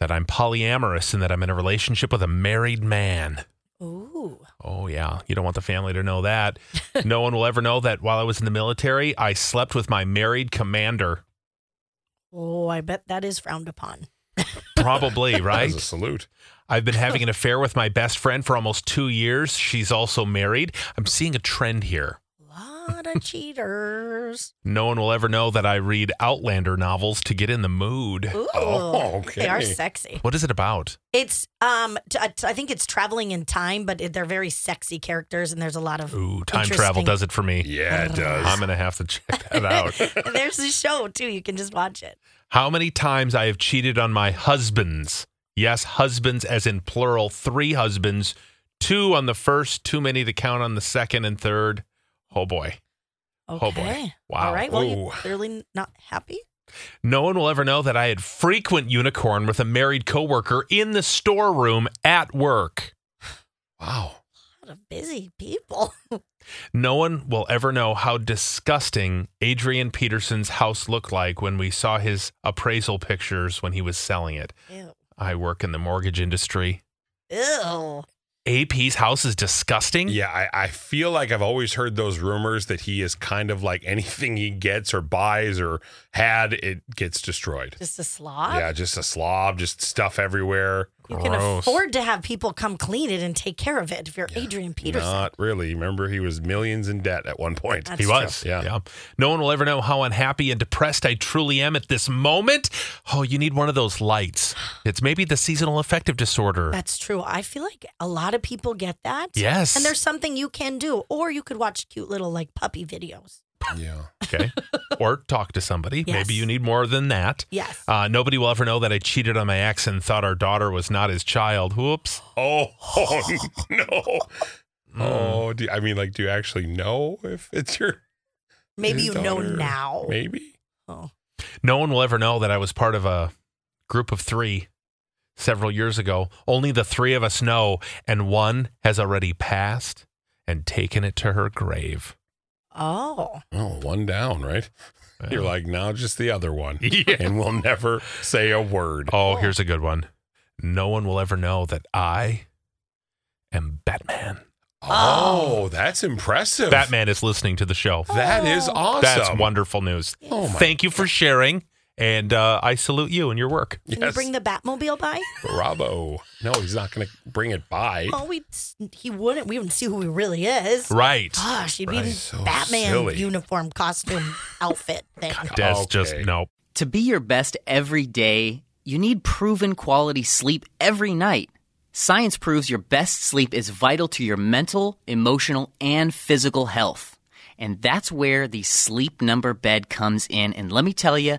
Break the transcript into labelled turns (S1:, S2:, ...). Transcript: S1: That I'm polyamorous and that I'm in a relationship with a married man.
S2: Ooh.
S1: Oh, yeah. You don't want the family to know that. no one will ever know that while I was in the military, I slept with my married commander.
S2: Oh, I bet that is frowned upon.
S1: Probably, right?
S3: As a salute.
S1: I've been having an affair with my best friend for almost two years. She's also married. I'm seeing a trend here.
S2: lot of cheaters.
S1: No one will ever know that I read Outlander novels to get in the mood.
S2: Ooh.
S3: Oh,
S2: They are
S3: okay.
S2: sexy.
S1: What is it about?
S2: It's um t- I I think it's traveling in time, but it- they're very sexy characters and there's a lot of
S1: Ooh, time travel
S2: Interesting.
S1: does it for me.
S3: Yeah, it does.
S1: I'm going to have to check that out.
S2: there's a show too. You can just watch it.
S1: How many times I have cheated on my husbands? Yes, husbands as in plural, three husbands, two on the first, too many to count on the second and third. Oh boy.
S2: Okay.
S1: Oh, boy. Wow.
S2: All right. Well,
S3: Ooh.
S2: you're clearly not happy.
S1: No one will ever know that I had frequent unicorn with a married coworker in the storeroom at work.
S3: wow.
S2: A lot of busy people.
S1: No one will ever know how disgusting Adrian Peterson's house looked like when we saw his appraisal pictures when he was selling it.
S2: Ew.
S1: I work in the mortgage industry.
S2: Ew.
S1: AP's house is disgusting.
S3: Yeah, I, I feel like I've always heard those rumors that he is kind of like anything he gets or buys or had, it gets destroyed.
S2: Just a slob.
S3: yeah, just a slob, just stuff everywhere.
S2: You can
S1: Gross.
S2: afford to have people come clean it and take care of it if you're Adrian Peterson.
S3: Not really. Remember, he was millions in debt at one point.
S2: That's
S1: He was.
S3: true. Yeah.
S1: No one will ever know how unhappy and depressed I truly am at this moment. Oh, you need one of those lights. It's maybe the seasonal affective disorder.
S2: That's true. I feel like a lot of people get that.
S1: yes.
S2: And there's something you can do, or you could watch cute little like puppy videos.
S3: yeah.
S1: okay. or talk to somebody.
S2: Yes.
S1: Maybe you need more than that.
S2: Yes.
S1: Uh, nobody will ever know that I cheated on my ex and thought our daughter was not his child. Whoops. Mm.
S3: Oh, oh, no.
S2: Hmm.
S3: Oh, do, I mean, like, do you actually know if it's your
S2: Maybe
S3: his
S2: you know
S3: daughter?
S2: now.
S3: Maybe.
S2: Oh.
S1: No one will ever know that I was part of a group of three several years ago. Only the three of us know, and one has already passed and taken it to her grave.
S2: Oh.
S3: Oh, one down, right? You're like, now just the other one.
S1: Yeah.
S3: And we'll never say a word.
S1: Oh, here's a good one. No one will ever know that I am Batman.
S3: Oh, that's impressive.
S1: Batman is listening to the show.
S3: That is awesome.
S1: That's wonderful news.
S3: Oh my
S1: Thank you for sharing, and uh, I salute you and your work.
S2: Can you bring the Batmobile by?
S3: Bravo. No, he's not going to bring it by.
S2: Oh, we he wouldn't. We wouldn't see who he really is.
S1: Right.
S2: Gosh, he'd be in
S3: Right. So
S2: Batman
S3: silly.
S2: uniform costume outfit thing.
S1: That's just
S3: Okay.
S1: no.
S4: To be your best every day, you need proven quality sleep every night. Science proves your best sleep is vital to your mental, emotional, and physical health. And that's where the sleep number bed comes in. And let me tell you,